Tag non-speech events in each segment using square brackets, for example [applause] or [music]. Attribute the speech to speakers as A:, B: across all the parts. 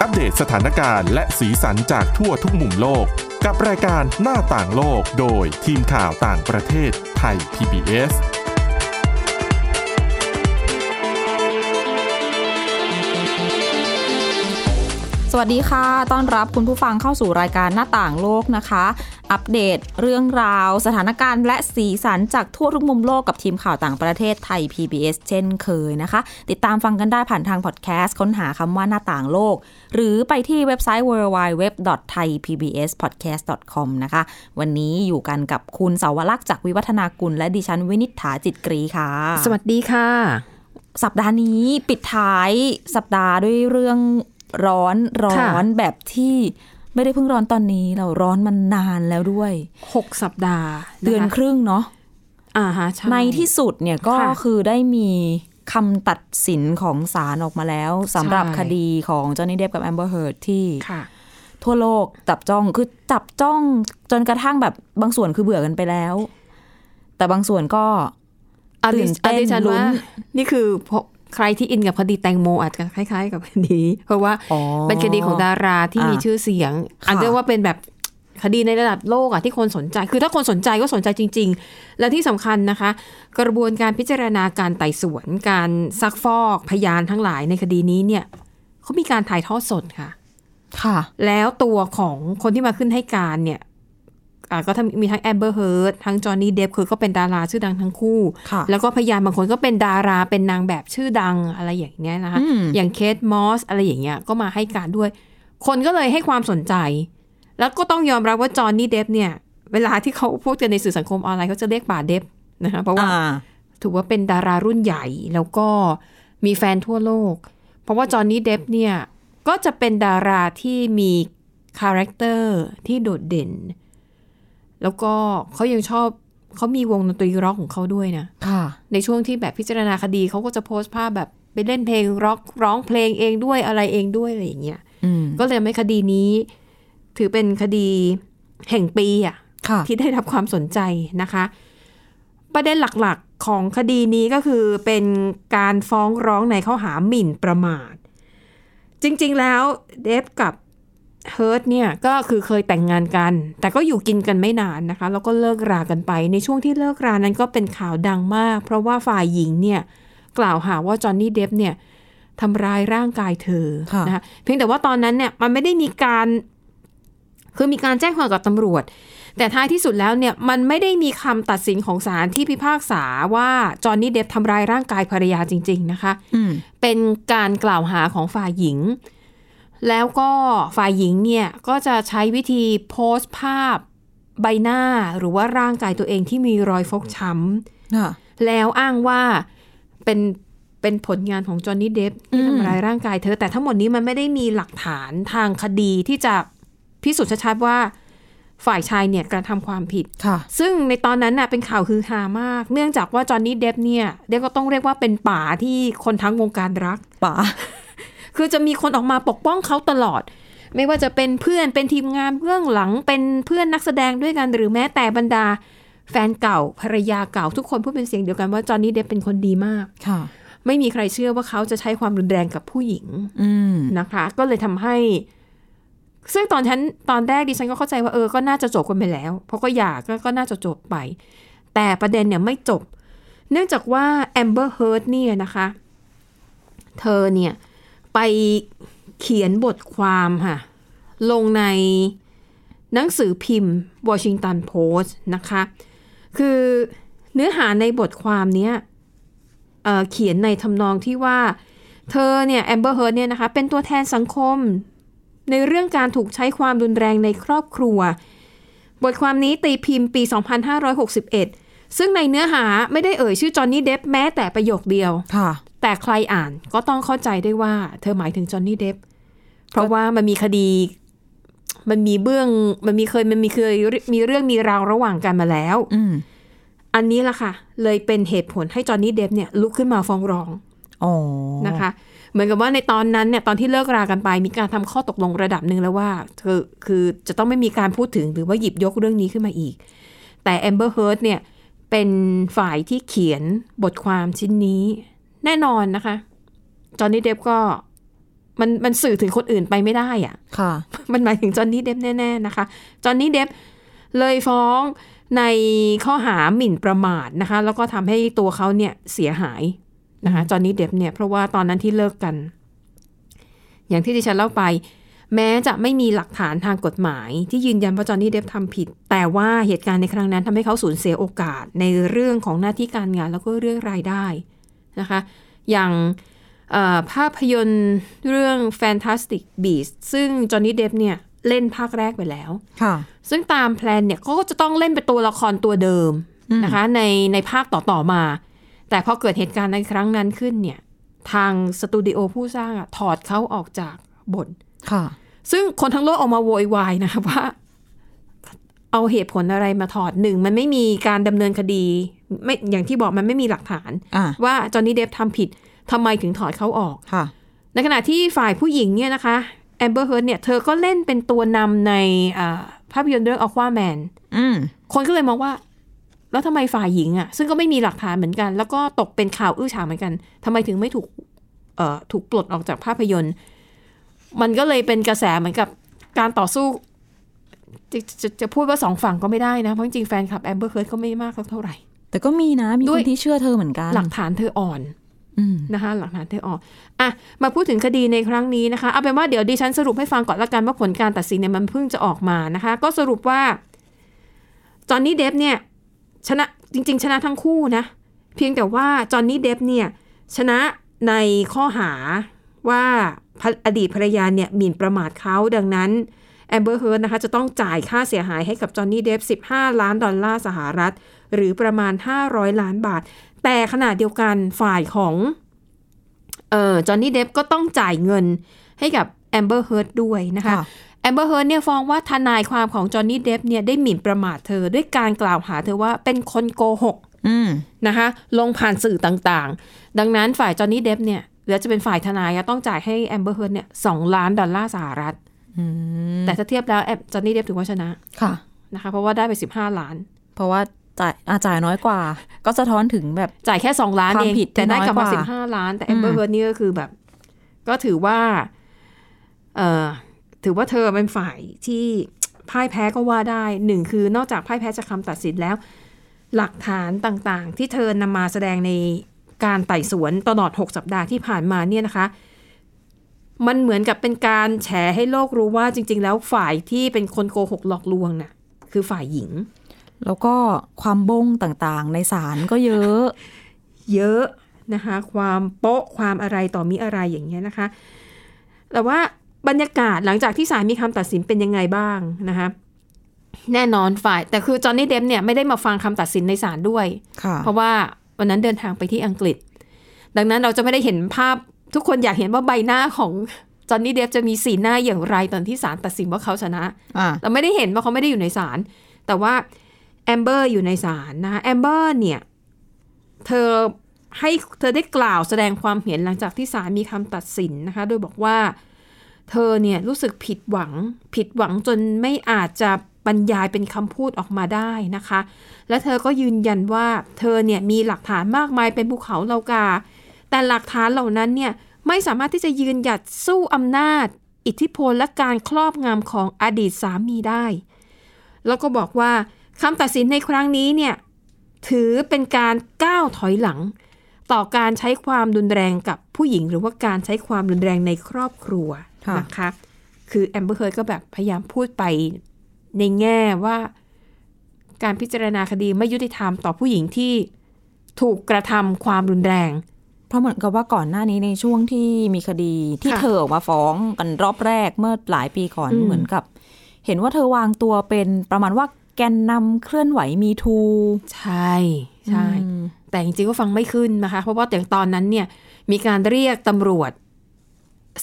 A: อัปเดตสถานการณ์และสีสันจากทั่วทุกมุมโลก กับรายการหน้าต่างโลกโดยทีมข่าวต่างประเทศไทย PBS
B: สวัสดีค่ะ ต้อนรับคุณผู้ฟังเข้าสู่รายการหน้าต่างโลกนะคะ อัปเดตเรื่องราว สถานการณ์และสีสันจากทั่วทุกมุมโลกกับทีมข่าวต่างประเทศไทย PBS เช่นเคยนะคะ ติดตามฟังกันได้ผ่านทางพอดแคสต์ค้นหาคำว่าหน้าต่างโลก หรือไปที่เว็บไซต์ www.thaipbspodcast.com นะคะ วันนี้อยู่กันกับคุณเสาวลักษณ์จากวิวัฒนากุลและดิฉันวินิษฐาจิตกรีค่ะ
C: สวัสดีค่ะ
B: สัปดาห์นี้ปิดท้ายสัปดาห์ด้วยเรื่องร้อนร้
C: ค่ะ
B: อนแบบที่ไม่ได้เพิ่งร้อนตอนนี้เราร้อนมันนานแล้วด้วย
C: หกสัปดาห์ะคะ
B: เดือนครึ่งเนาะ
C: อ่าฮะใช่
B: ในที่สุดเนี่ยก็
C: ค่ะ
B: คือได้มีคำตัดสินของศาลออกมาแล้วสำหรับ
C: ใช่
B: คดีของจอห์นนี่เดฟกับแอมเบอร์เฮิร์ดที่
C: ค่ะ
B: ทั่วโลกจับจ้องคือจับจ้องจนกระทั่งแบบบางส่วนคือเบื่อกันไปแล้ว แต่บางส่วนก็
C: อะ
B: ตื่
C: ดิ
B: น
C: อะ
B: เต้น
C: ดิฉัน
B: ลุ้น
C: ว่านี่คือพวกใครที่อินกับคดีแตงโมอาจจะคล้าย ๆ กับคดี เพราะว่า
B: อ๋อ
C: เป็นคดีของดาราที่
B: อ่ะ
C: มีชื่อเสียง
B: ค่ะ
C: อาจจะว่าเป็นแบบคดีในระดับโลกอ่ะที่คนสนใจ คือถ้าคนสนใจก็สนใจจริง ๆ และที่สำคัญนะคะ กระบวนการพิจารณาการไต่สวนการซักฟอกพยานทั้งหลายในคดีนี้เนี่ยเขามีการถ่ายทอดสดค่ะ
B: ่ะ
C: แล้วตัวของคนที่มาขึ้นให้การเนี่ยอ่าก็ทั้งมีทั้งแอมเบอร์เฮิร์ทั้งจอห์นนี่เดฟคือก็เป็นดาราชื่อดังทั้งคู่
B: ค่ะ
C: แล้วก็พยานบางคนก็เป็นดาราเป็นนางแบบชื่อดังอะไรอย่างเงี้ยนะคะ
B: อืม
C: อย่างเคทมอสอะไรอย่างเงี้ยก็มาให้การด้วย คนก็เลยให้ความสนใจ แล้วก็ต้องยอมรับว่าจอห์นนี่เดฟเนี่ย เวลาที่เขาพูดกันในสื่อสังคมออนไลน์เขาจะเรียกป่าเดฟนะคะเพราะว่า
B: อ่า
C: ถือว่าเป็นดารารุ่นใหญ่แล้วก็มีแฟนทั่วโลก เพราะว่าจอห์นนี่เดฟเนี่ย ก็จะเป็นดาราที่มีคาแรคเตอร์ที่โดดเด่น แล้วก็เขายังชอบเขามีวงดนตรีร็อกของเขาด้วยนะ
B: ค่ะ
C: ในช่วงที่แบบพิจารณาคดีเขาก็จะโพสต์ภาพแบบไปเล่นเพลงร็อกร้องเพลงเองด้วยอะไรเองด้วยอะไรอย่างเงี้ย
B: อืม
C: ก็เลยทำให้คดีนี้ ถือเป็นคดีแห่งปีอ่ะ
B: ค่ะ
C: ที่ได้รับความสนใจนะคะ ประเด็นหลักๆของคดีนี้ก็คือเป็นการฟ้องร้องในข้อหาหมิ่นประมาท จริงๆแล้วเดฟกับเฮิร์ตเนี่ยก็คือเคยแต่งงานกัน แต่ก็อยู่กินกันไม่นานนะคะ แล้วก็เลิกรากันไป ในช่วงที่เลิกรานั้นก็เป็นข่าวดังมาก เพราะว่าฝ่ายหญิงเนี่ยกล่าวหาว่าจอห์นนี่เดฟเนี่ยทำร้ายร่างกายเธอ
B: ค่ะ
C: นะคะเพียงแต่ว่าตอนนั้นเนี่ยมันไม่ได้มีการ คือมีการแจ้งความกับตำรวจ แต่ท้ายที่สุดแล้วเนี่ยมันไม่ได้มีคำตัดสินของศาลที่พิพากษาว่าจอห์นนี่เดฟทำร้ายร่างกายภรรยาจริง ๆ นะคะ
B: อืม
C: เป็นการกล่าวหาของฝ่ายหญิง แล้วก็ฝ่ายหญิงเนี่ยก็จะใช้วิธีโพสต์ภาพใบหน้าหรือว่าร่างกายตัวเองที่มีรอยฟกช้
B: ค่ะ
C: ำแล้วอ้างว่าเป็นเป็นผลงานของจอห์นนี่เดฟที่
B: อืม
C: ทำร้ายร่างกายเธอ แต่ทั้งหมดนี้มันไม่ได้มีหลักฐานทางคดีที่จะพิสูจน์ชัดๆว่าฝ่ายชายเนี่ยกระทำความผิด
B: ค่ะ
C: ซึ่งในตอนนั้นน่ะเป็นข่าวฮือฮามาก เนื่องจากว่าจอห์นนี่เดฟเนี่ยเรียกก็ต้องเรียกว่าเป็นป่าที่คนทั้งวงการรัก
B: ป๋า
C: คือจะมีคนออกมาปกป้องเขาตลอด ไม่ว่าจะเป็นเพื่อนเป็นทีมงานเบื้องหลังเป็นเพื่อนนักแสดงด้วยกัน หรือแม้แต่บรรดา แฟนเก่าภรรยาเก่าทุกคนพูดเป็นเสียงเดียวกันว่าจอห์นนี่เดฟเป็นคนดีมาก
B: ค่ะ
C: ไม่มีใครเชื่อว่าเขาจะใช้ความรุนแรงกับผู้หญิง
B: อืม
C: นะคะ ก็เลยทำให้ ซึ่งตอนฉันตอนแรกดิฉันก็เข้าใจว่าเออก็น่าจะจบกันไปแล้ว เพราะก็หย่าก็ก็น่าจะจบไป แต่ประเด็นเนี่ยไม่จบ เนื่องจากว่าแอมเบอร์เฮิร์ตเนี่ยนะคะ เธอเนี่ย ไปเขียนบทความค่ะ ลงในหนังสือพิมพ์ Washington Post นะคะ คือเนื้อหาในบทความเนี้ยเอ่อเขียนในทำนองที่ว่า เธอเนี่ยแอมเบอร์เฮิร์เนี่ยนะคะเป็นตัวแทนสังคม ในเรื่องการถูกใช้ความรุนแรงในครอบครัว บทความนี้ตีพิมพ์ปี 2561 ซึ่งในเนื้อหาไม่ได้เอ่ยชื่อจอห์นนี่เดฟแม้แต่ประโยคเดียว
B: ค่ะ
C: แต่ใครอ่านก็ต้องเข้าใจได้ว่า เธอหมายถึงจอห์นนี่เดฟเพราะว่ามันมีคดี มันมีเบื้อง มันมีเคยมันมีเคยมีเรื่องมีราวระหว่างกันมาแล้ว
B: อืม
C: อันนี้ล่ะค่ะ เลยเป็นเหตุผลให้จอห์นนี่เดฟเนี่ยลุกขึ้นมาฟ้องร้อง
B: อ๋อ
C: นะคะ เหมือนกับว่าในตอนนั้นเนี่ยตอนที่เลิกรากันไป มีการทำข้อตกลงระดับหนึ่งแล้วว่าเธอคือจะต้องไม่มีการพูดถึงหรือว่าหยิบยกเรื่องนี้ขึ้นมาอีก แต่แอมเบอร์เฮิร์ตเนี่ยเป็นฝ่ายที่เขียนบทความชิ้นนี้ แน่นอนนะคะ จอห์นนี่เดฟก็ มันมันสื่อถึงคนอื่นไปไม่ได้อะ
B: ค่ะ
C: [laughs] มันหมายถึงจอห์นนี่เดฟแน่ๆนะคะ จอห์นนี่เดฟเลยฟ้องในข้อหาหมิ่นประมาทนะคะ แล้วก็ทำให้ตัวเขาเนี่ยเสียหายนะคะ จอห์นนี่เดฟเนี่ยเพราะว่าตอนนั้นที่เลิกกัน อย่างที่ดิฉันเล่าไป แม้จะไม่มีหลักฐานทางกฎหมาย ที่ยืนยันว่าจอห์นนี่เดฟทำผิด แต่ว่าเหตุการณ์ในครั้งนั้นทำให้เขาสูญเสียโอกาสในเรื่องของหน้าที่การงานแล้วก็เรื่องรายได้นะคะ อย่าง เอ่อภาพยนตร์เรื่อง Fantastic Beasts ซึ่งจอห์นนี่เดฟเนี่ยเล่นภาคแรกไปแล้ว
B: ค่ะ
C: ซึ่งตามแพลนเนี่ยเขาก็จะต้องเล่นเป็นตัวละครตัวเดิมนะคะในในภาคต่อ ๆ มา แต่พอเกิดเหตุการณ์ในครั้งนั้นขึ้นเนี่ยทางสตูดิโอผู้สร้างอะถอดเขาออกจากบท
B: ค่ะ
C: ซึ่งคนทั้งโลกออกมาโวยวายนะคะ [laughs] ว่า เอาเหตุผลอะไรมาถอดหนึ่ง มันไม่มีการดำเนินคดีไม่อย่างที่บอกมันไม่มีหลักฐาน
B: อ่ะ
C: ว่าจอห์นนี่เดฟทำผิดทำไมถึงถอดเขาออก
B: ค่ะ
C: ในขณะที่ฝ่ายผู้หญิงเนี่ยนะคะแอมเบอร์เฮิร์เนี่ยเธอก็เล่นเป็นตัวนำในอ่าภาพยนตร์เรื่องอควาแมน
B: อืม
C: คนก็เลยมองว่า แล้วทำไมฝ่ายหญิงอะ่ะ ซึ่งก็ไม่มีหลักฐานเหมือนกัน แล้วก็ตกเป็นข่าวอื้อฉาวเหมือนกันทำไมถึงไม่ถูกเอ่อถูกปลดออกจากภาพยนตร์ มันก็เลยเป็นกระแสเหมือนกับการต่อสู้ จะจะจะพูดว่าสองฝั่งก็ไม่ได้นะ เพราะจริงๆแฟนคลับแอมเบอร์เฮิร์ก็ไม่มากสักเท่าไหร่
B: แต่ก็มีนะ มี
C: ด้
B: ค
C: วย
B: นที่เชื่อเธอเหมือนกัน
C: หลักฐานเธออ่อน
B: อืม
C: นะคะหลักฐานเธอออกอ่ะมาพูดถึงคดีในครั้งนี้นะคะเอาเป็นว่าเดี๋ยวดิฉันสรุปให้ฟังก่อนละกันว่าผลการตัดสินเนี่ยมันเพิ่งจะออกมานะคะ ก็สรุปว่าจอห์นนี่เดฟเนี่ยชนะจริง ๆ ชนะทั้งคู่นะ เพียงแต่ว่าจอห์นนี่เดฟเนี่ยชนะในข้อหาว่าภรอดีตภรรยาเนี่ยหมิ่นประมาทเขาดังนั้นแอมเบอร์เฮิร์นะคะจะต้องจ่ายค่าเสียหายให้กับจอห์นนี่เดฟ15 ล้านดอลลาร์สหรัฐ หรือประมาณ 500 ล้านบาท แต่ขณะเดียวกันฝ่ายของ เออจอห์นนี่เดฟก็ต้องจ่ายเงินให้กับแอมเบอร์เฮิร์ด้วยนะคะ
B: ค่ะ
C: แอมเบอร์เฮิร์เนี่ยฟ้องว่าทนายความของจอห์นนี่เดฟเนี่ยได้หมิ่นประมาทเธอด้วยการกล่าวหาเธอว่าเป็นคนโกหก
B: อืม
C: นะคะลงผ่านสื่อต่างๆ ดังนั้นฝ่ายจอห์นนี่เดฟเนี่ยเดี๋ยวจะเป็นฝ่ายทนายอะต้องจ่ายให้แอมเบอร์เฮิร์เนี่ยสองล้านดอลลาร์สหรัฐแต่ถ้าเทียบแล้วแอมจอห์นนี่เดฟถือว่าชนะ
B: ค่ะ
C: นะคะเพราะว่าได้ไป 15 ล้าน
B: เพราะว่าจ่ายอาจ่ายน้อยกว่า ก็สะท้อนถึงแบบ
C: จ่ายแค่ 2 ล้าน
B: ความ
C: เอง
B: ผิดที่
C: แต่ได้กลับ
B: น้อยก
C: มา
B: ว่า
C: สิบห้าล้าน แต่แอมเบอร์เฮิร์นี่ก็คือแบบ ก็ถือว่าเออถือว่าเธอเป็นฝ่ายที่ พ่ายแพ้ก็ว่าได้หนึ่งคือนอกจากพ่ายแพ้จากคำตัดสินแล้ว หลักฐานต่างๆ ที่เธอนำมาแสดงในการไต่สวนตลอด 6 สัปดาห์ที่ผ่านมาเนี่ยนะคะ มันเหมือนกับเป็นการแฉให้โลกรู้ว่าจริง ๆ แล้วฝ่ายที่เป็นคนโกหกหลอกลวงน่ะ คือฝ่ายหญิง
B: แล้วก็ความบงต่างๆ ในศาลก็เยอะ
C: เยอะนะคะความโป๊ะความอะไรต่อมีอะไรอย่างเงี้ยนะคะ แต่ว่าบรรยากาศหลังจากที่ศาลมีคำตัดสินเป็นยังไงบ้างนะคะแน่นอนฝ่าย แต่คือจอห์นนี่เดมเนี่ยไม่ได้มาฟังคำตัดสินในศาลด้วย
B: ค่ะ
C: เพราะว่าวันนั้นเดินทางไปที่อังกฤษ ดังนั้นเราจะไม่ได้เห็นภาพทุกคนอยากเห็นว่าใบหน้าของจอห์นนี่เดฟจะมีสีหน้าอย่างไรตอนที่ศาลตัดสินว่าเขาชนะ
B: อ่ะ
C: เราไม่ได้เห็นว่าเขาไม่ได้อยู่ในศาลแต่ว่าแอมเบอร์อยู่ในศาลนะคะแอมเบอร์เนี่ย เธอให้เธอได้กล่าวแสดงความเห็นหลังจากที่ศาลมีคำตัดสินนะคะ โดยบอกว่า เธอเนี่ยรู้สึกผิดหวัง ผิดหวังจนไม่อาจจะบรรยายเป็นคำพูดออกมาได้นะคะ และเธอก็ยืนยันว่าเธอเนี่ยมีหลักฐานมากมายเป็นภูเขาเหล่ากา แต่หลักฐานเหล่านั้นเนี่ยไม่สามารถที่จะยืนหยัดสู้อำนาจ อิทธิพลและการครอบงำของอดีตสามีได้ แล้วก็บอกว่าคำตัดสินในครั้งนี้เนี่ยถือเป็นการก้าวถอยหลัง ต่อการใช้ความรุนแรงกับผู้หญิง หรือว่าการใช้ความรุนแรงในครอบครัว
B: ค่ะ
C: นะคะ คือแอมเบอร์เฮิร์ก็แบบพยายามพูดไปในแง่ว่าการพิจารณาคดีไม่ยุติธรรมต่อผู้หญิงที่ถูกกระทำความรุนแรง
B: เพราะเหมือนกับว่าก่อนหน้านี้ในช่วงที่มีคดีที่
C: ค่ะ
B: เธอออกมาฟ้องกันรอบแรกเมื่อหลายปีก่อน
C: อืม
B: เหมือนกับ เห็นว่าเธอวางตัวเป็นประมาณว่าแกนนำเคลื่อนไหวมีทู
C: ใช่ใช่
B: อืม
C: แต่จริงๆก็ฟังไม่ขึ้นนะคะ เพราะว่าอย่างตอนนั้นเนี่ยมีการเรียกตำรวจ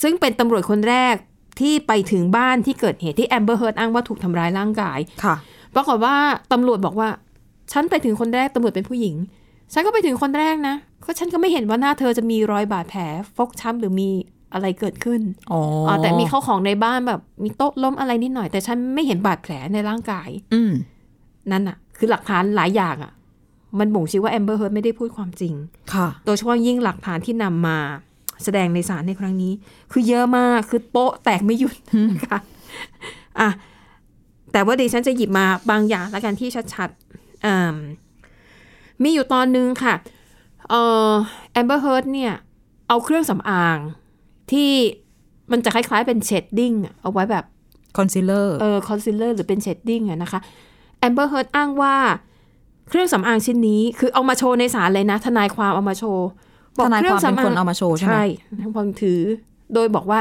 C: ซึ่งเป็นตำรวจคนแรกที่ไปถึงบ้านที่เกิดเหตุที่แอมเบอร์เฮิร์ตอ้างว่าถูกทำร้ายร่างกาย
B: ค่ะ
C: ปรากฏว่าตำรวจบอกว่า ฉันไปถึงคนแรกตำรวจเป็นผู้หญิง ฉันก็ไปถึงคนแรกนะก็ฉันก็ไม่เห็นว่าหน้าเธอจะมีรอยบาดแผลฟกช้ำหรือมีอะไรเกิดขึ้น
B: อ๋อ
C: อ๋อแต่มีข้าวของในบ้านแบบมีโต๊ะล้มอะไรนิดหน่อย แต่ฉันไม่เห็นบาดแผลในร่างกาย
B: อืม
C: นั่นอะคือหลักฐานหลายอย่างอะมันบ่งชี้ว่าแอมเบอร์เฮิร์ตไม่ได้พูดความจริง
B: ค่ะ
C: โดยเฉพาะยิ่งหลักฐานที่นำมา แสดงในศาลในครั้งนี้ คือเยอะมากคือโป๊ะแตกไม่หยุดนะคะอ่ะแต่ว่าดิฉันจะหยิบมาบางอย่างละกันที่ชัดๆอืมมีอยู่ตอนนึงค่ะเอ่อแอมเบอร์เฮิร์ตเนี่ย เอาเครื่องสำอางที่มันจะคล้ายๆเป็นเชดดิ้งอะเอาไว้แบบ
B: คอนซีลเลอร์
C: เออคอนซีลเลอร์หรือเป็นเชดดิ้งอะนะคะแอมเบอร์เฮิร์ตอ้างว่า เครื่องสำอางชิ้นนี้คือเอามาโชว์ในศาลเลยนะ ทนายความเอามาโชว์บอ
B: ท
C: ก
B: นาย
C: รื่
B: ค
C: ง
B: วามเป็น
C: สำ
B: คนเอามาโชว์ใช่ไหม
C: ใช่ทางความถือ โดยบอกว่า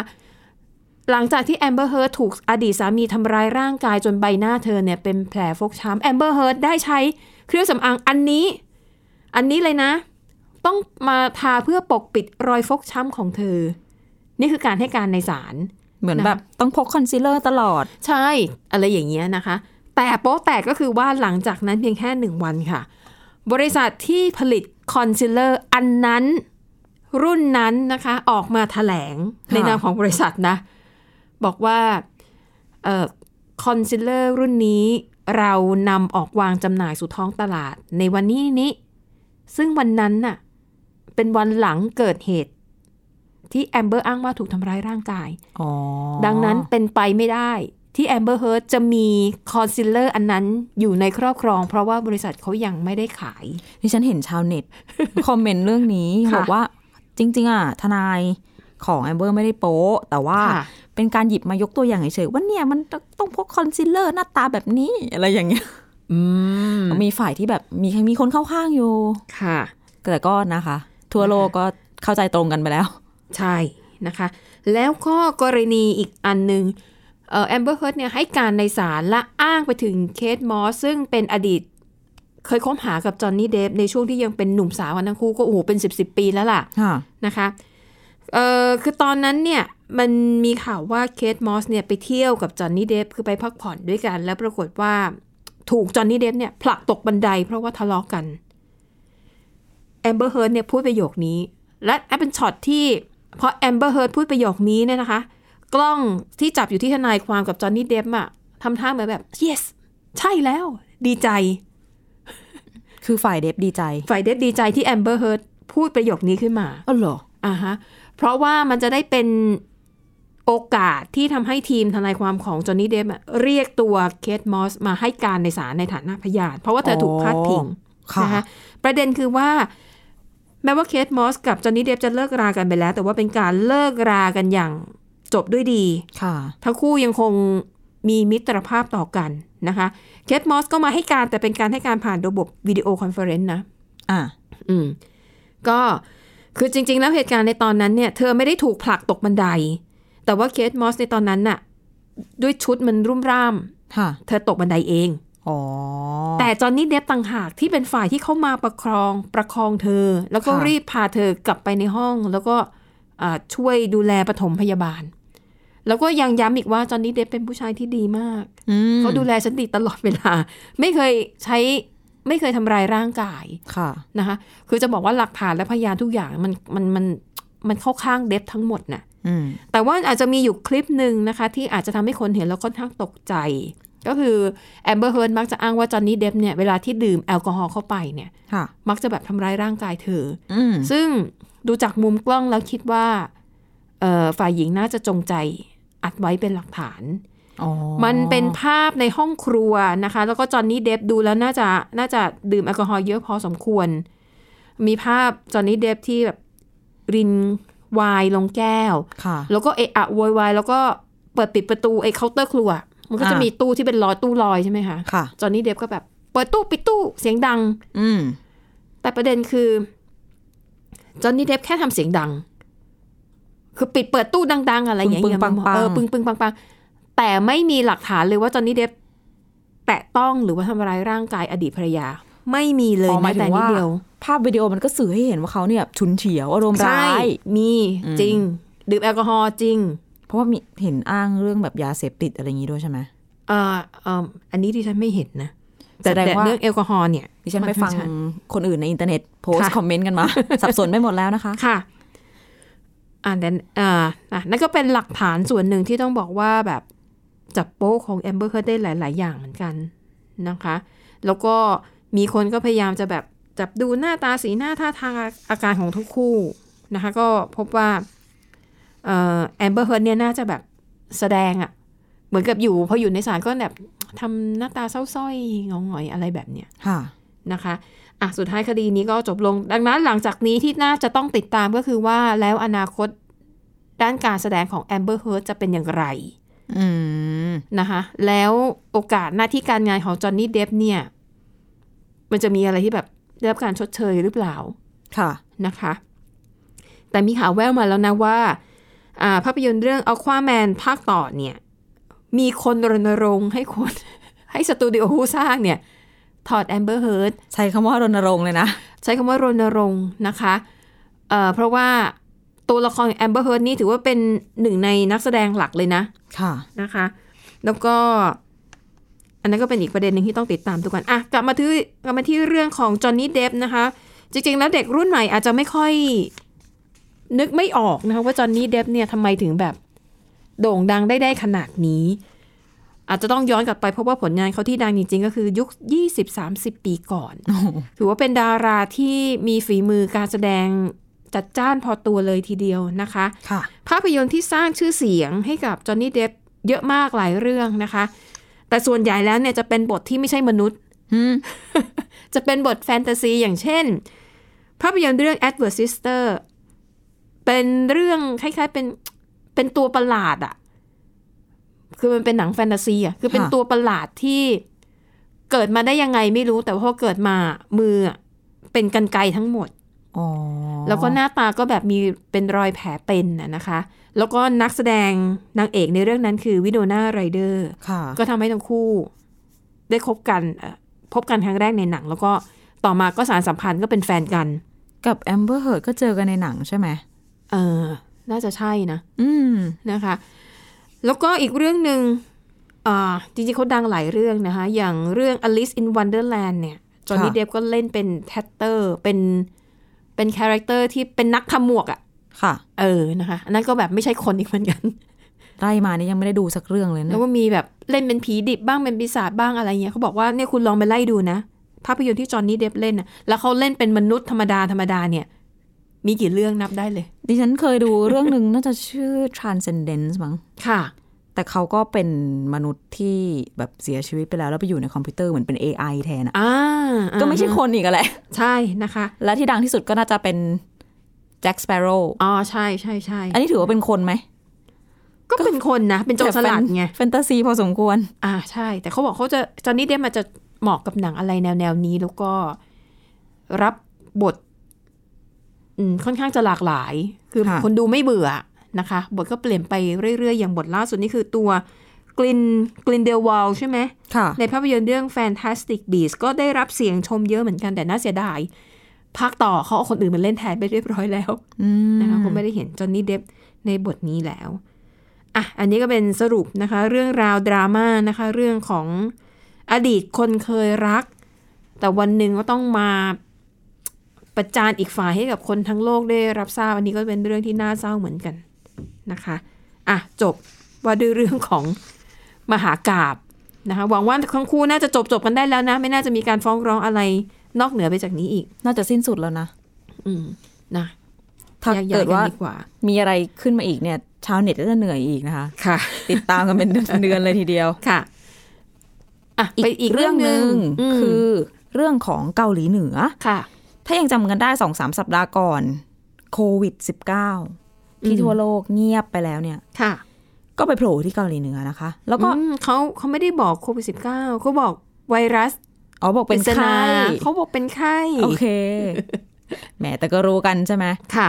C: หลังจากที่แอมเบอร์เฮิร์ตถูกอดีตสามีทำร้ายร่างกายจนใบหน้าเธอเนี่ยเป็นแผลฟกช้ำแอมเบอร์เฮิร์ตได้ใช้เครื่องสำอางอันนี้ อันนี้เลยนะ ต้องมาทาเพื่อปกปิดรอยฟกช้ำของเธอ นี่คือการให้การในศาล
B: เหมือน
C: นะคะ
B: แบบต้องพกคอนซีลเลอร์ตลอด
C: ใช่ อะไรอย่างเงี้ยนะคะ แต่โป๊ะแตกก็คือว่าหลังจากนั้นเพียงแค่หนึ่งวันค่ะ บริษัทที่ผลิตคอนซีลเลอร์อันนั้น รุ่นนั้นนะคะ ออกมาแถลงในนามของบริษัทนะ บอกว่าเอ่อคอนซีลเลอร์รุ่นนี้เรานำออกวางจำหน่ายสู่ท้องตลาด ในวันนี้นี้ ซึ่งวันนั้นน่ะเป็นวันหลังเกิดเหตุ ที่แอมเบอร์อ้างว่าถูกทำร้ายร่างกาย
B: อ๋อ
C: ดังนั้นเป็นไปไม่ได้ที่แอมเบอร์เฮิร์จะมีคอนซีลเลอร์อันนั้นอยู่ในครอบครอง เพราะว่าบริษัทเขายังไม่ได้ขาย
B: ดิฉันเห็นชาวเน็ต [laughs] คอมเมนต์เรื่องนี้
C: ค่ะ
B: บอกว่าจริง ๆ อ่ะ ทนายของแอมเบอร์ไม่ได้โป๊ะ แต่ว่า
C: ค่ะ
B: เป็นการหยิบมายกตัวอย่างเฉยๆว่าเนี่ยมันต้องพกคอนซีลเลอร์หน้าตาแบบนี้ อะไรอย่างเงี้ยมีฝ่ายที่แบบมีมีคนเข้าข้างอยู่
C: ค่ะ
B: แต่ก็นะคะ ทั่วโลกก็เข้าใจตรงกันไปแล้ว
C: ใช่นะคะ แล้วก็กรณีอีกอันหนึ่งแอมเบอร์เฮิร์เนี่ยให้การในศาลและอ้างไปถึงเคทมอสซึ่งเป็นอดีต เคยคบหากับจอห์นนี่เดฟในช่วงที่ยังเป็นหนุ่มสาวกันทั้งคู่ก็โอ้โหเป็น 10บสปีแล้วล่ะ
B: ค่ะ
C: นะคะเออคือตอนนั้นเนี่ยมันมีข่าวว่าเคทมอสเนี่ยไปเที่ยวกับจอห์นนี่เดฟคือไปพักผ่อนด้วยกัน แล้วปรากฏว่าถูกจอห์นนี่เดฟเนี่ยผลักตกบันไดเพราะว่าทะเลาะกันแอมเบอร์เฮิร์เนี่ยพูดประโยคนี้ และเป็นช็อตที่พอแอมเบอร์เฮิร์พูดประโยคนี้เนี่ยนะคะ กล้องที่จับอยู่ที่ทนายความกับจอห์นนี่เดฟอะทำท่าเหมือนแบบ yes ใช่แล้ว ดีใจ
B: คือฝ่ายเดฟดีใจ
C: ฝ่ายเดฟดีใจที่แอมเบอร์เฮิร์พูดประโยคนี้ขึ้นมา
B: อ๋อเหรอ
C: อ่าฮะ เพราะว่ามันจะได้เป็นโอกาสที่ทำให้ทีมทนายความของจอห์นนี่เดฟอะเรียกตัวเคทมอสมาให้การในศาลในฐานะพยาน เพราะว่าเธอถูกพาดพิง
B: ค่ะ
C: นะคะประเด็นคือว่า แม้ว่าเคทมอสกับจอห์นนี่เดฟจะเลิกรากันไปแล้ว แต่ว่าเป็นการเลิกรากันอย่างจบด้วยดี
B: ค่ะ
C: ทั้งคู่ยังคงมีมิตรภาพต่อกันนะคะเคทมอสก็มาให้การแต่เป็นการให้การผ่านระบบวิดีโอคอนเฟอเรนซ์นะ
B: อ่ะ
C: อืมก็คือจริง ๆ แล้วเหตุการณ์ในตอนนั้นเนี่ย เธอไม่ได้ถูกผลักตกบันได แต่ว่าเคทมอสในตอนนั้นน่ะ ด้วยชุดมันรุ่มร่าม
B: ค่ะ
C: เธอตกบันไดเอง
B: อ๋อ
C: แต่จอห์นนี่เดฟต่างหากที่เป็นฝ่ายที่เข้ามาประครองประคองเธอ แล้วก็
B: ค่ะ
C: รีบพาเธอกลับไปในห้อง แล้วก็อ่าช่วยดูแลปฐมพยาบาล แล้วก็ยังย้ำอีกว่าจอห์นนี่เดฟเป็นผู้ชายที่ดีมาก
B: อืม
C: เขาดูแลฉันดีตลอดเวลา ไม่เคยใช้ไม่เคยทำร้ายร่างกาย
B: ค่ะ
C: นะคะคือจะบอกว่าหลักฐานและพยานทุกอย่างมันมันมันมันเข้าข้างเดฟทั้งหมดน่ะ
B: อืม
C: แต่ว่าอาจจะมีอยู่คลิปหนึ่งนะคะ ที่อาจจะทำให้คนเห็นแล้วค่อนข้างตกใจ ก็คือแอมเบอร์เฮิร์นมักจะอ้างว่าจอห์นนี่เดฟเนี่ยเวลาที่ดื่มแอลกอฮอล์เข้าไปเนี่ย
B: ค่ะ
C: มักจะแบบทำร้ายร่างกายเธอ
B: อืม
C: ซึ่งดูจากมุมกล้องแล้วคิดว่าเอ่อฝ่ายหญิงน่าจะจงใจอัดไว้เป็นหลักฐาน
B: อ๋อ
C: มันเป็นภาพในห้องครัวนะคะ แล้วก็จอห์นนี่เดฟดูแล้วน่าจะน่าจะดื่มแอลกอฮอล์เยอะพอสมควร มีภาพจอห์นนี่เดฟที่แบบรินไวน์ลงแก้ว
B: ค่ะ
C: แล้วก็เอะอะโวยวายแล้วก็เปิดปิดประตูไอ้เคาน์เตอร์ครัว มันก็จะ
B: อ่ามี
C: มีตู้ที่เป็นลอยตู้ลอยใช่ไหมคะ
B: ค่ะ
C: จอห์นนี่เดฟก็แบบเปิดตู้ปิดตู้เสียงดัง
B: อืม
C: แต่ประเด็นคือจอห์นนี่เดฟแค่ทำเสียงดัง คือปิดเปิดตู้ดัง ๆ อะไรอย่าง
B: ปึ้
C: เงี้
B: ง
C: ย
B: ๆปังๆ
C: เออปึงปึงปังปังแต่ไม่มีหลักฐานเลยว่าจอห์นนี่เดฟแตะต้องหรือว่าทำร้ายร่างกายอดีตภรรยา ไม่มีเลย
B: อ๋อหมา
C: แม้
B: ยถึ
C: แต่
B: ง
C: นิด
B: ว่า
C: เดียว
B: ภาพวิดีโอมันก็สื่อให้เห็นว่าเขาเนี่ย ชุนเฉียวอารมณ์ร้าย
C: มี
B: อืม
C: จริง ดื่มแอลกอฮอล์จริง
B: เพราะว่ามีเห็นอ้างเรื่องแบบยาเสพติดอะไรอย่างนี้ด้วยใช่ไหม
C: เอ่อเอ่ออันนี้ดิฉันไม่เห็นนะ
B: แสดงว่า
C: เรื่องแอลกอฮอล์เนี่ย
B: ดิฉัน
C: ค่อ
B: ไป
C: ข้า
B: ฟัง
C: ชัด
B: คนอื่นในอินเทอร์เน็ตโพส
C: ค่ะ
B: คอมเมนต์ [laughs] กันมา สับสนไปหมดแล้วนะคะ
C: ค่ะอ่านแต่อ่าอ่ะนั่นก็เป็นหลักฐานส่วนหนึ่งที่ต้องบอกว่าแบบจับโป๊ะของแอมเบอร์เฮิร์ตได้หลาย ๆ อย่างเหมือนกันนะคะ แล้วก็มีคนก็พยายามจะแบบจับดูหน้าตาสีหน้าท่าทางอาอาการของทุกคู่ นะคะ ก็พบว่าแอมเบอร์เฮิร์เนี่ยน่าจะแบบแสดงอะเหมือนกับอยู่พออยู่ในศาลก็แบบทำหน้าตาเศร้าสร้อยงองหงอยอะไรแบบเนี้ย
B: ค่ะ
C: นะคะอ่ะสุดท้ายคดีนี้ก็จบลง ดังนั้นหลังจากนี้ที่น่าจะต้องติดตามก็คือว่าแล้วอนาคตด้านการแสดงของแอมเบอร์เฮิร์จะเป็นอย่างไร
B: อืม
C: นะคะแล้วโอกาสหน้าที่การงานของจอห์นนี่เดฟเนี่ย มันจะมีอะไรที่แบบได้รับการชดเชยหรือเปล่า
B: ค่ะ
C: นะคะ แต่มีข่าวแววมาแล้วนะว่าอ่าภาพยนตร์เรื่อง Aquaman ภาคต่อเนี่ย มีคนรณรงค์ให้คน [laughs] ให้สตูดิโอผู้สร้างเนี่ย ถอดแอมเบอร์เฮิร์
B: ใช้คำว่ารณรงค์เลยนะ
C: ใช้คำว่ารณรงค์นะคะเอ่อเพราะว่าตัวละครแอมเบอร์เฮิร์นี่ถือว่าเป็นหนึ่งในนักแสดงหลักเลยนะ
B: ค่ะ
C: นะคะ แล้วก็ อันนั้นก็เป็นอีกประเด็นหนึ่งที่ต้องติดตามทุกคนอ่ะกลับมาที่กลับมาที่เรื่องของจอห์นนี่เดฟนะคะ จริงๆ แล้วเด็กรุ่นใหม่อาจจะไม่ค่อยนึกไม่ออกนะคะว่าจอห์นนี่เดฟเนี่ยทำไมถึงแบบโด่งดังได้ได้ขนาดนี้ อาจจะต้องย้อนกลับไปเพราะว่าผลงานเขาที่ดังจริงๆ ก็คือยุค 20-30 ปีก่อน ถือว่าเป็นดาราที่มีฝีมือการแสดงจัดจ้านพอตัวเลยทีเดียวนะคะ
B: ค่ะ
C: ภาพยนตร์ที่สร้างชื่อเสียงให้กับจอห์นนี่เดฟเยอะมากหลายเรื่องนะคะ แต่ส่วนใหญ่แล้วเนี่ยจะเป็นบทที่ไม่ใช่มนุษย์
B: อืม
C: จะเป็นบทแฟนตาซีอย่างเช่น ภาพยนตร์เรื่อง Advert Sister เป็นเรื่องคล้ายๆเป็นเป็นตัวประหลาดอะคือมันเป็นหนังแฟนตาซีอะคือเป็น
B: ค่ะ
C: ตัวประหลาดที่เกิดมาได้ยังไงไม่รู้แต่ว่าพอเกิดมามืออะเป็นกันไกรทั้งหมด
B: อ๋อ
C: แล้วก็หน้าตาก็แบบมีเป็นรอยแผลเป็นน่ะนะคะ แล้วก็นักแสดงนางเอกในเรื่องนั้นคือวิโดนาไรเดอร์
B: ค่ะ
C: ก็ทำให้ทั้งคู่ได้คบกันเอ่อพบกันครั้งแรกในหนัง แล้วก็ต่อมาก็สารสัมพันธ์ก็เป็นแฟนกัน
B: กับแอมเบอร์เฮิร์ดก็เจอกันในหนังใช่ไหม
C: เออ น่าจะใช่นะ
B: อืม
C: นะคะ แล้วก็อีกเรื่องหนึ่งอ่าจริงๆเขาดังหลายเรื่องนะคะ อย่างเรื่อง Alice in Wonderland เนี่ยจอห์นนี่
B: ค่ะ
C: เดฟก็เล่นเป็นแทตเตอร์เป็นเป็นคาแรคเตอร์ที่เป็นนักทำหมวกอะ
B: ค่ะ
C: เออนะคะอันนั้นก็แบบไม่ใช่คนอีกเหมือนกัน
B: ไล่มานี่ยังไม่ได้ดูสักเรื่องเลย
C: แล้
B: [laughs] นะ
C: วก็มีแบบเล่นเป็นผีดิบบ้างเป็นปีศาจบ้างอะไรเงี้ยเขาบอกว่าเนี่ยคุณลองไปไล่ดูนะ ภาพยนตร์ที่จอห์นนี่เดฟเล่นนะแล้วเขาเล่นเป็นมนุษย์ธรรมดาธรรมดาเนี่ย มีกี่เรื่องนับได้เลย
B: ดิฉันเคยดูเรื่องหนึ่ [laughs] งน่าจะชื่อ transcendence มั้ง
C: ค่ะ
B: แต่เขาก็เป็นมนุษย์ที่แบบเสียชีวิตไปแล้ว แล้วไปอยู่ในคอมพิวเตอร์เหมือนเป็น AI แทนอะ
C: อ่าอ่า
B: ก็ไม่ใช่คนอีกอะแหละ
C: ใช่นะคะ
B: และที่ดังที่สุดก็น่าจะเป็นแจ็คสเปโร่
C: อ๋อใช่ใช่ใช่
B: อันนี้ถือว่าเป็นคนไหม
C: ก็เป็นคนนะ เป็นโจรสลัดไง
B: แฟนตาซีพอสมควร
C: อ่าใช่ แต่เขาบอกเขาจะจอห์นนี่เดฟมันจะเหมาะกับหนังอะไรแนวแนวๆนี้แล้วก็รับบท อืมค่อนข้างจะหลากหลาย คือ
B: ค่ะ
C: คนดูไม่เบื่อนะคะ บทก็เปลี่ยนไปเรื่อย ๆ อย่างบทล่าสุดนี่คือตัวกลินกลินเดลวอลใช่ไหม
B: ค่ะ
C: ในภาพยนตร์เรื่อง Fantastic Beasts ก็ได้รับเสียงชมเยอะเหมือนกันแต่น่าเสียดายภาคต่อเขาเอาคนอื่นมาเล่นแทนไปเรียบร้อยแล้ว
B: อืม
C: นะคะคงไม่ได้เห็นจอห์นนี่เดฟในบทนี้แล้วอ่ะอันนี้ก็เป็นสรุปนะคะ เรื่องราวดราม่านะคะ เรื่องของอดีตคนเคยรัก แต่วันหนึ่งก็ต้องมาประจานอีกฝ่ายให้กับคนทั้งโลกได้รับทราบ อันนี้ก็เป็นเรื่องที่น่าเศร้าเหมือนกันนะคะอ่ะจบว่าด้วยเรื่องของมหากาบนะคะหวังว่าทั้งคู่น่าจะจบจบๆกันได้แล้วนะ ไม่น่าจะมีการฟ้องร้องอะไรนอกเหนือไปจากนี้อีก
B: น่าจะสิ้นสุดแล้วนะ
C: อืมนะ
B: ถ้า
C: แยย้
B: เกิ
C: ย
B: ดว่าน
C: ดีกว่า
B: มีอะไรขึ้นมาอีกเนี่ย ชาวเน็ตก็จะเหนื่อยอีกนะคะ
C: ค่ะ
B: ติดตามกันเป็น เดือนๆเลยทีเดียว
C: ค่ะอ่ะไปอีกเรื่องหนึ่ง
B: คื
C: ม
B: อเรื่องของเกาหลีเหนือ
C: ค่ะ
B: ถ้ายังจำกันได้สองสามสัปดาห์ก่อนโควิด -19 ที่ทั่วโลกเงียบไปแล้วเนี่ย
C: ค่ะ
B: ก็ไปโผล่ที่เกาหลีเหนือนะคะ แล้วก็
C: อืมเขาเขาไม่ได้บอกโควิดสิบเก้าเขาบอกไวรัส
B: อ๋อบอกเป็น
C: ปริศ
B: ไข้
C: เขาบอกเป็นไข้
B: โอเค แหมแต่ก็รู้กันใช่ไหม
C: ค่ะ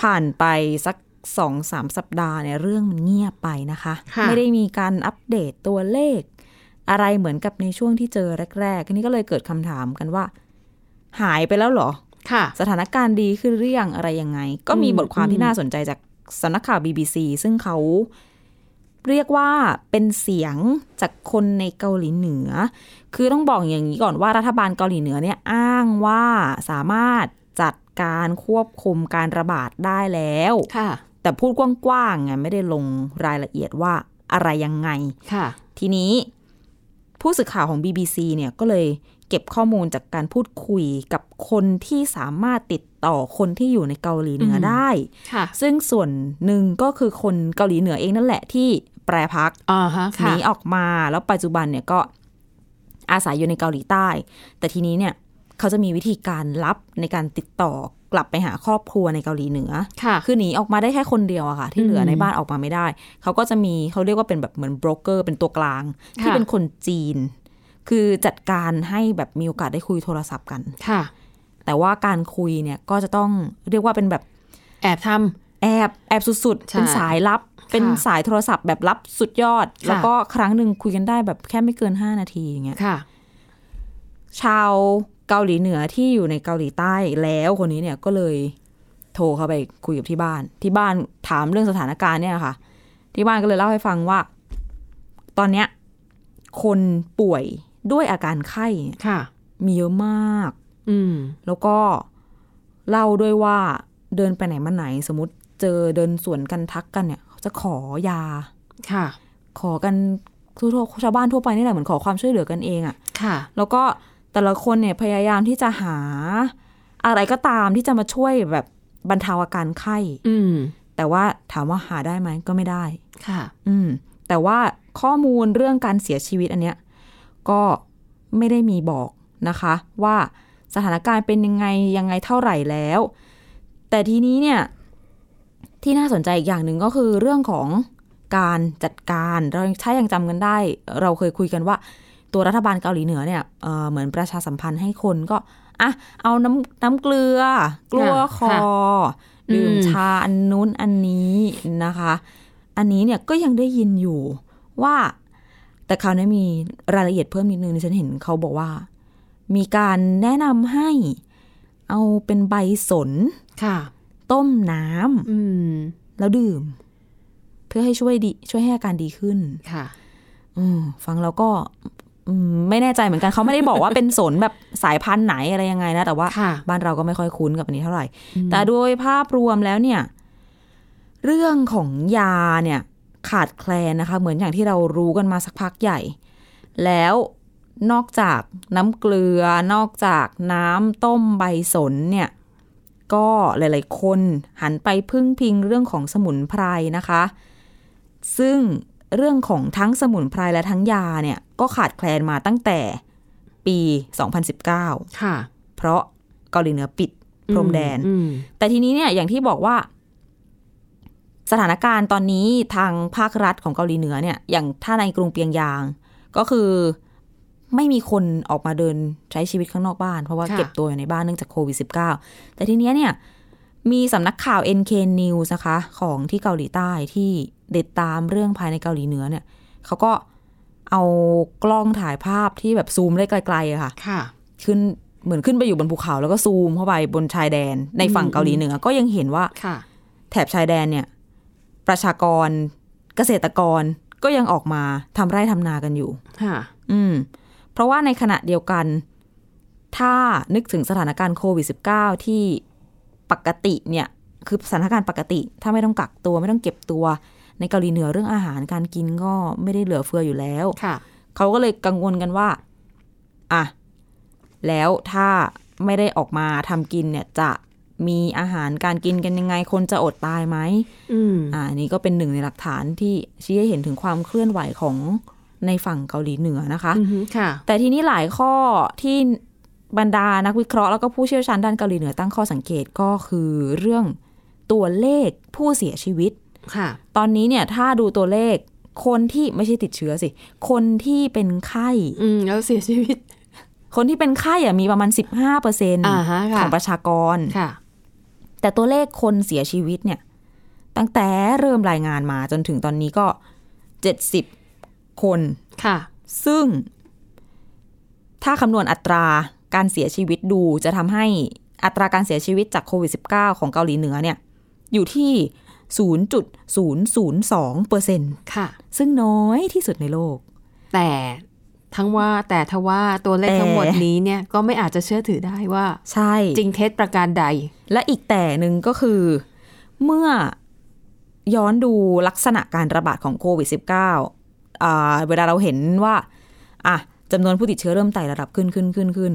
B: ผ่านไปสักสองสามสัปดาห์เนี่ยเรื่องมันเงียบไปนะคะ
C: ค่ะ
B: ไม่ได้มีการอัปเดตตัวเลข อะไรเหมือนกับในช่วงที่เจอแรกๆอันนี้ก็เลยเกิดคำถามกันว่า หายไปแล้วเหรอ
C: ค่ะ
B: สถานการณ์ดีขึ้นหรือยังอะไรยังไง ก็มี
C: อืม
B: บทความ
C: อื
B: ที่
C: ม
B: น่าสนใจจากสำนักข่าว BBC ซึ่งเขาเรียกว่าเป็นเสียงจากคนในเกาหลีเหนือ คือต้องบอกอย่างนี้ก่อนว่ารัฐบาลเกาหลีเหนือเนี่ยอ้างว่าสามารถจัดการควบคุมการระบาดได้แล้ว
C: ค่ะ
B: แต่พูดกว้างๆไงไม่ได้ลงรายละเอียดว่าอะไรยังไง
C: ค่ะ
B: ทีนี้ผู้สื่อข่าวของ BBC เนี่ยก็เลยเก็บข้อมูลจากการพูดคุยกับคนที่สามารถติด ต่อคนที่อยู่ในเกาหลีเหนืออ
C: ม
B: ได้
C: ค่ะ
B: ซึ่งส่วนหนึ่งก็คือคนเกาหลีเหนือเองนั่นแหละที่แปรพัก
C: อ่าฮะ
B: ห
C: ค่ะ
B: นีออกมาแล้วปัจจุบันเนี่ยก็อาศัยอยู่ในเกาหลีใต้ แต่ทีนี้เนี่ยเขาจะมีวิธีการลับในการติดต่อกลับไปหาครอบครัวในเกาหลีเหนือ
C: ค่ะ
B: คือหนีออกมาได้แค่คนเดียวอะค่ะ ที่เหลือ
C: ม
B: ในบ้านออกมาไม่ได้ เขาก็จะมีเขาเรียกว่าเป็นแบบเหมือนโบรกเกอร์เป็นตัวกลาง ที่
C: ค่ะ
B: เป็นคนจีน คือจัดการให้แบบมีโอกาสได้คุยโทรศัพท์กัน
C: ค่ะ
B: แต่ว่าการคุยเนี่ยก็จะต้องเรียกว่าเป็นแบบ
C: แอบท
B: แอบแอบสุดๆ
C: ใช่
B: เป็นสายลับ เป็นสายโทรศัพท์แบบลับสุดยอด
C: ค่ะ
B: แล้วก็ครั้งหนึ่งคุยกันได้แบบแค่ไม่เกิน 5 นาทีอย่างเงี้ย
C: ำค่ะ
B: ชาวเกาหลีเหนือที่อยู่ในเกาหลีใต้แล้วคนนี้เนี่ยก็เลยโทรเข้าไปคุยกับที่บ้าน ที่บ้านถามเรื่องสถานการณ์เนี่ยค่ะ ที่บ้านก็เลยเล่าให้ฟังว่า ตอนเนี้ยคนป่วยด้วยอาการไข้เนี่ย
C: ค่ะ
B: มีเยอะมาก
C: อืม
B: แล้วก็เล่าด้วยว่าเดินไปไหนมาไหน สมมติเจอเดินสวนกันทักกันเนี่ยเขาจะขอยา
C: ค่ะ
B: ขอกันทั่วๆชาวบ้านทั่วไปนี่แหละเหมือนขอความช่วยเหลือกันเองอะ
C: ค่ะ
B: แล้วก็แต่ละคนเนี่ยพยายามที่จะหาอะไรก็ตามที่จะมาช่วยแบบบรรเทาอาการไข้
C: อืม
B: แต่ว่าถามว่าหาได้ไหมก็ไม่ได้
C: ค่ะ
B: อืม แต่ว่าข้อมูลเรื่องการเสียชีวิตอันเนี้ยก็ไม่ได้มีบอกนะคะ ว่าสถานการณ์เป็นยังไงยังไงเท่าไหร่แล้ว แต่ทีนี้เนี่ย ที่น่าสนใจอีกอย่างหนึ่งก็คือเรื่องของการจัดการเราถ้ายังจำกันได้ เราเคยคุยกันว่า ตัวรัฐบาลเกาหลีเหนือเนี่ยเอ่อเหมือนประชาสัมพันธ์ให้คนก็อ่ะเอาน้ำน้ำเกลือกลัว
C: ค่ะ
B: คอ
C: ค่ะ
B: ดื่ม
C: อืม
B: ชาอันนู้นอันนี้นะคะ อันนี้เนี่ยก็ยังได้ยินอยู่ว่า แต่คราวนี้มีรายละเอียดเพิ่มนิดนึงดิฉันเห็นเขาบอกว่า มีการแนะนำให้เอาเป็นใบสน
C: ค่ะ
B: ต้มน้ำ
C: อืม
B: แล้วดื่ม เพื่อให้ช่วยดีช่วยให้อาการดีขึ้น
C: ค่ะ
B: อืมฟังแล้วก็อืมไม่แน่ใจเหมือนกันเขาไม่ได้บอกว่า เป็นสนแบบสายพันธุ์ไหนอะไรยังไงนะ แต่ว่า
C: ค่ะ
B: บ้านเราก็ไม่ค่อยคุ้นกับอันนี้เท่าไหร่
C: อืม
B: แต่โดยภาพรวมแล้วเนี่ย เรื่องของยาเนี่ย ขาดแคลนนะคะ เหมือนอย่างที่เรารู้กันมาสักพักใหญ่ แล้วนอกจากน้ำเกลือ นอกจากน้ำต้มใบสนเนี่ย ก็หลายๆ คนหันไปพึ่งพิงเรื่องของสมุนไพรนะคะ ซึ่งเรื่องของทั้งสมุนไพรและทั้งยาเนี่ย ก็ขาดแคลนมาตั้งแต่ปี 2019
C: ค่ะ
B: เพราะเกาหลีเหนือปิดพรมแดน
C: อืม
B: แต่ทีนี้เนี่ยอย่างที่บอกว่า สถานการณ์ตอนนี้ทางภาครัฐของเกาหลีเหนือเนี่ย อย่างถ้าในกรุงเปียงยาง ก็คือไม่มีคนออกมาเดินใช้ชีวิตข้างนอกบ้าน เพราะว่า
C: ค่ะ
B: เก็บตัวอยู่ในบ้านเนื่องจากโควิด -19 แต่ทีเนี้ยเนี่ย มีสำนักข่าว NK News นะคะ ของที่เกาหลีใต้ที่ติดตามเรื่องภายในเกาหลีเหนือเนี่ยเขาก็เอากล้องถ่ายภาพที่แบบซูมได้ไกลๆอะค่ะ
C: ค่ะ
B: ขึ้นเหมือนขึ้นไปอยู่บนภูเขาแล้วก็ซูมเข้าไปบนชายแดน ในฝั่ง
C: อืม
B: เกาหลีเหนือก็ยังเห็นว่า
C: ค่ะ
B: แถบชายแดนเนี่ย ประชากรเกษตรกรก็ยังออกมาทำไร่ทำนากันอยู่
C: ค่ะ
B: อืม เพราะว่าในขณะเดียวกัน ถ้านึกถึงสถานการณ์โควิด -19 ที่ปกติเนี่ย คือสถานการณ์ปกติ ถ้าไม่ต้องกักตัวไม่ต้องเก็บตัว ในเกาหลีเหนือเรื่องอาหารการกินก็ไม่ได้เหลือเฟืออยู่แล้ว
C: ค่ะ
B: เขาก็เลยกังวลกันว่า อ่ะ แล้วถ้าไม่ได้ออกมาทำกินเนี่ย จะมีอาหารการกินกันยังไง คนจะอดตายไหม
C: อืม
B: อ่าอันนี้ก็เป็นหนึ่งในหลักฐานที่ชี้ให้เห็นถึงความเคลื่อนไหวของในฝั่งเกาหลีเหนือนะคะ
C: อืมค่ะ
B: แต่ทีนี้หลายข้อที่บรรดานักวิเคราะห์แล้วก็ผู้เชี่ยวชาญด้านเกาหลีเหนือตั้งข้อสังเกตก็คือเรื่องตัวเลขผู้เสียชีวิต
C: ค่ะ
B: ตอนนี้เนี่ยถ้าดูตัวเลขคนที่ไม่ใช่ติดเชื้อสิ คนที่เป็นไข้
C: อืม แล้วเสียชีวิต
B: คนที่เป็นไข้อะมีประมาณ 15เปอร์เซ็นต์
C: อ่าฮะค่ะ
B: ของประชากร
C: ค่ะ
B: แต่ตัวเลขคนเสียชีวิตเนี่ย ตั้งแต่เริ่มรายงานมาจนถึงตอนนี้ก็ 70 คน
C: ค่ะ
B: ซึ่ง ถ้าคำนวณอัตราการเสียชีวิตดูจะทำให้อัตราการเสียชีวิตจากโควิด -19 ของเกาหลีเหนือเนี่ย อยู่ที่ 0.002เปอร์เซ็นต์
C: ค่ะ
B: ซึ่งน้อยที่สุดในโลก
C: แต่ทั้งว่าแต่ทว่าตัวเลข
B: แต่
C: ทั้งหมดนี้เนี่ยก็ไม่อาจจะเชื่อถือได้ว่า
B: ใช่
C: จริงเท็จประการใด
B: และอีกแต่หนึ่งก็คือ เมื่อย้อนดูลักษณะการระบาดของโควิด -19 อ่าเวลาเราเห็นว่า อ่ะจำนวนผู้ติดเชื้อเริ่มไต่ระดับขึ้นขึ้นขึ้นขึ้น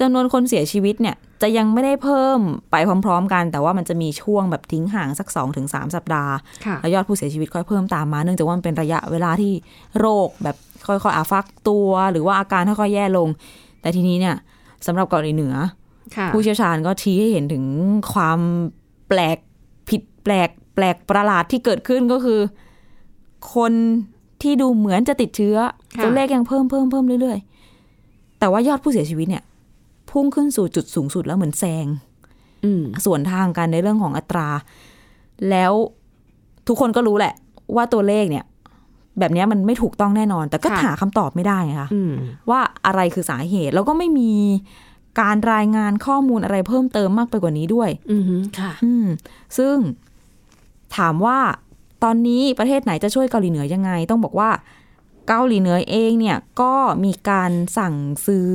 B: จำนวนคนเสียชีวิตเนี่ยจะยังไม่ได้เพิ่มไปพร้อม ๆ กัน แต่ว่ามันจะมีช่วงแบบทิ้งห่างสัก 2-3 สัปดาห์
C: ค่ะ
B: แล้วยอดผู้เสียชีวิตค่อยเพิ่มตามมาเนื่องจากว่ามันเป็นระยะเวลาที่โรคแบบค่อยๆอาฟักตัว หรือว่าอาการค่อยๆแย่ลง แต่ทีนี้เนี่ยสำหรับเกาหลีเหนือ
C: ค่ะ
B: ผู้เชี่ยวชาญก็ชี้ให้เห็นถึงความแปลกผิดแปลก แปลกประหลาดที่เกิดขึ้นก็คือ คนที่ดูเหมือนจะติดเชื้อ
C: ค่ะ
B: ตัวเลขยังเพิ่มเพิ่มเพิ่มเรื่อยๆ แต่ว่ายอดผู้เสียชีวิตเนี่ย พุ่งขึ้นสู่จุดสูงสุดแล้วเหมือนแซง
C: อืม
B: ส่วนทางกันในเรื่องของอัตรา แล้วทุกคนก็รู้แหละ ว่าตัวเลขเนี่ย แบบเนี้ยมันไม่ถูกต้องแน่นอน แต่ก็
C: ค่ะ
B: หาคำตอบไม่ได้ไงคะ
C: อืม
B: ว่าอะไรคือสาเหตุ แล้วก็ไม่มีการรายงานข้อมูลอะไรเพิ่มเติมมากไปกว่านี้ด้วย
C: อืมค่ะ
B: อืม ซึ่งถามว่าตอนนี้ประเทศไหนจะช่วยเกาหลีเหนือยังไง ต้องบอกว่าเกาหลีเหนือเองเนี่ยก็มีการสั่งซื้อ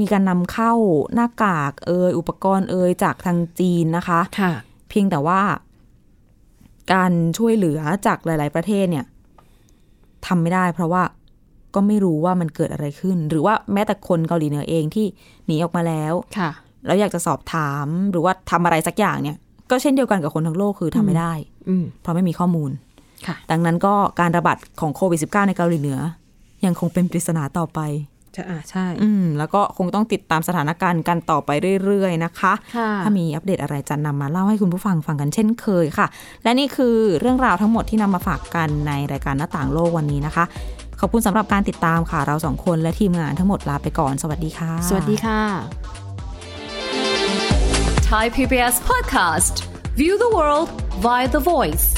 B: มีการนำเข้าหน้ากากเอยอุปกรณ์เอยจากทางจีนนะคะ
C: ค่ะ
B: เพียงแต่ว่าการช่วยเหลือจากหลาย ๆ ประเทศเนี่ยทำไม่ได้ เพราะว่าก็ไม่รู้ว่ามันเกิดอะไรขึ้น หรือว่าแม้แต่คนเกาหลีเหนือเองที่หนีออกมาแล้ว
C: ค่ะ
B: แล้วอยากจะสอบถามหรือว่าทำอะไรสักอย่างเนี่ย ก็เช่นเดียวกันกับคนทั้งโลกคือทำไม่ได้
C: อืม
B: เพราะไม่มีข้อมูล
C: ค่ะ
B: ดังนั้นก็การระบาดของโควิด -19 ในเกาหลีเหนือ ยังคงเป็นปริศนาต่อไป
C: จะอ่าใช่
B: อืม แล้วก็คงต้องติดตามสถานการณ์กันต่อไปเรื่อย ๆ นะคะ
C: ค่ะ
B: ถ้ามีอัปเดตอะไรจะนำมาเล่าให้คุณผู้ฟังฟังกันเช่นเคยค่ะ และนี่คือเรื่องราวทั้งหมดที่นำมาฝากกันในรายการหน้าต่างโลกวันนี้นะคะ ขอบคุณสำหรับการติดตามค่ะ เราสองคนและทีมงานทั้งหมดลาไปก่อน สวัสดีค่ะ
C: สวัสดีค่ะ
D: Thai PBS podcast. View the world via the voice.